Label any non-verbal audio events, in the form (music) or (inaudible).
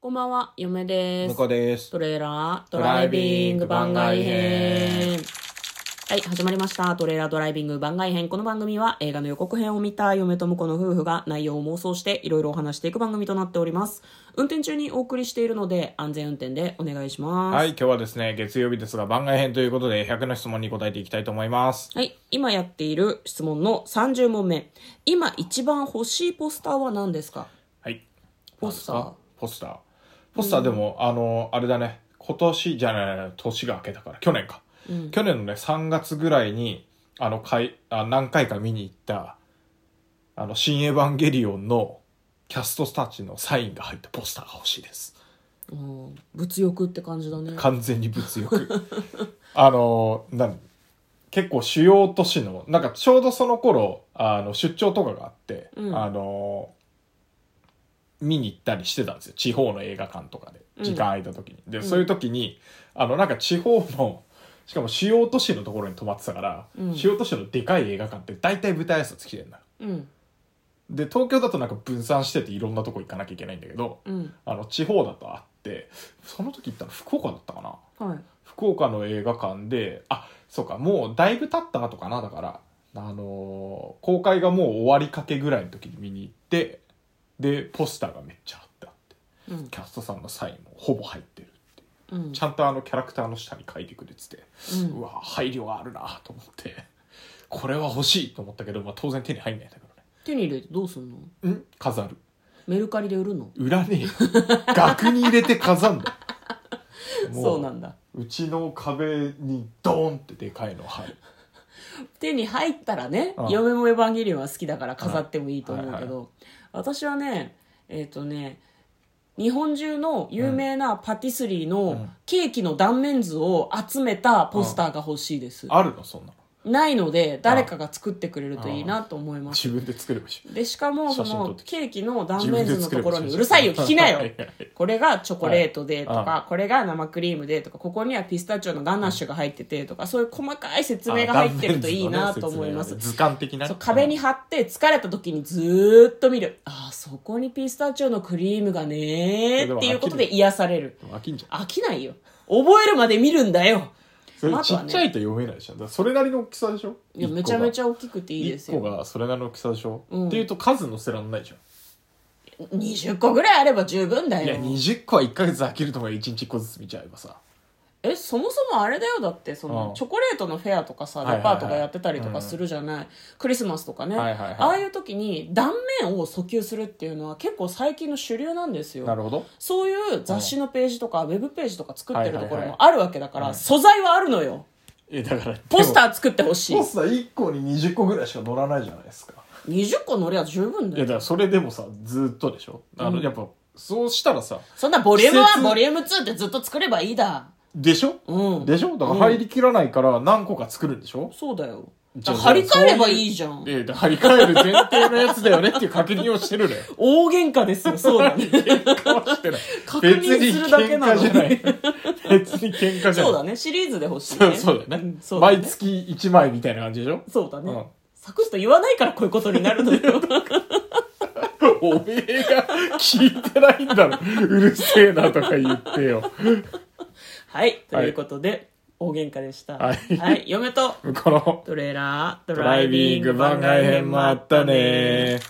こんばんは、嫁で向すこ。うですト。レーラードライビング番外編。はい、始まりました。トレーラードライビング番外編。この番組は映画の予告編を見た嫁と婿の夫婦が内容を妄想していろいろお話していく番組となっております。運転中にお送りしているので安全運転でお願いします。はい、今日はですね、月曜日ですが、番外編ということで、100の質問に答えていきたいと思います。はい。今やっている質問の30問目。今一番欲しいポスターは何ですかはい。ポスター何ですかポスター。ポスターでも、あの、あれだね、今年じゃない、年が明けたから、去年か。去年のね、3月ぐらいに、あの、かいあ何回か見に行った、あの、新エヴァンゲリオンのキャストたちのサインが入ったポスターが欲しいです。うん物欲って感じだね。完全に物欲 (laughs) あのなん結構主要都市のなんかちょうどその頃あの出張とかがあって、うんあの見に行ったりしてたんですよ地方の映画館とかでうん時間空いた時に、でそういう時にあのなんか地方のしかも主要都市のところに泊まってたから、うん主要都市のでかい映画館って大体舞台挨拶来てんだようん。で東京だとなんか分散してていろんなとこ行かなきゃいけないんだけどうん。あの地方だとあってその時行ったの福岡だったかなはい。福岡の映画館であそうかもうだいぶ経った後かなだからあのー公開がもう終わりかけぐらいの時に見に行ってでポスターがめっちゃあってあってうん。キャストさんのサインもほぼ入ってるっていううんち。ゃんとあのキャラクターの下に書いてくれてて、ううんわ配慮があるなと思ってこれは欲しいと思ったけど、まあ、当然手に入んないんだけ手に入れてどうすんのどねん飾るメルカリで売るの売らねえよ額に入れて飾んだよも (laughs) そうなんだうちの壁にドーンってでかいの入る手に入ったらねうん「嫁もエヴァンゲリオン」は好きだから飾ってもいいと思うけはいはいど私はねえっ、とね日本中の有名なパティスリーうのんケーキの断面図を集めたポスターが欲しいです、あるのそんなのないので誰かが作ってくれるといいなと思います自分で作ればいいしでしかもそ写真撮のってきてケーキの断自面分図での作とれころばいいにしうるさいよ聞きなよはいはいはいこれがチョコレートでとか、はこれが生クリームでとかここにはピスタチオのガナッシュが入っててとか、そういう細かい説明が入ってるといいなと思います、断面図のね説明がね図鑑的なねそう壁に貼って疲れた時にずーっと見るああそこにピスタチオのクリームがねーっていうことで癒されるうん飽きんじゃん飽きないよ覚えるまで見るんだよそれあとちはっねちゃいと読めないでしょだからそれなりの大きさでしょいやめちゃめちゃゃ大きくていいです1個よがそれなりの大きさでしょうんっていうと数載せらんないじゃ20個ぐらいあれば十分だんいやよ20個は1ヶ月飽きると思うよ1日1個ずつ見ちゃえばさえそもそもあれだよだってその、うんチョコレートのフェアとかさはいはいはデいパートがやってたりとかするじゃない、クリスマスとかね、はいはいはいああいう時に断面を訴求するっていうのは結構最近の主流なんですよなるほどそういう雑誌のページとか、ウェブページとか作ってるとこはいろはいはもいあるわけだから、うん素材はあるのよえだからポスターー作ってほしいポスター1個に20個ぐらいしか載らないじゃないですか20個乗りゃ十分いだやだよからそれでもさずっとでしょあうのんやっぱそうしたらさそんなボリューム季1節ボリューム2ってずっと作ればいいだでしょうんでしょだから入りきらないから何個か作るんでしょそうだよじゃあ張り替えればいいじゃんそういうええ張り替える前提のやつだよねっていう確認をしてる (laughs) ね。大喧嘩ですよそう (laughs) だね喧嘩はしてない。確認するだけなのに別に喧嘩じゃない。別に喧嘩じゃそうなだい。ねシリーズで欲しいそうねそうだよんね。そうだね毎月1枚みたいな感じでしょそうだね、うんサクッと言わないからこういうことになるの (laughs) よおめえが聞いてないんだろ。うるせえなとか言ってよ。はいということで、大喧嘩でしたはい嫁とこのトレーラードドライビング番外編もあったね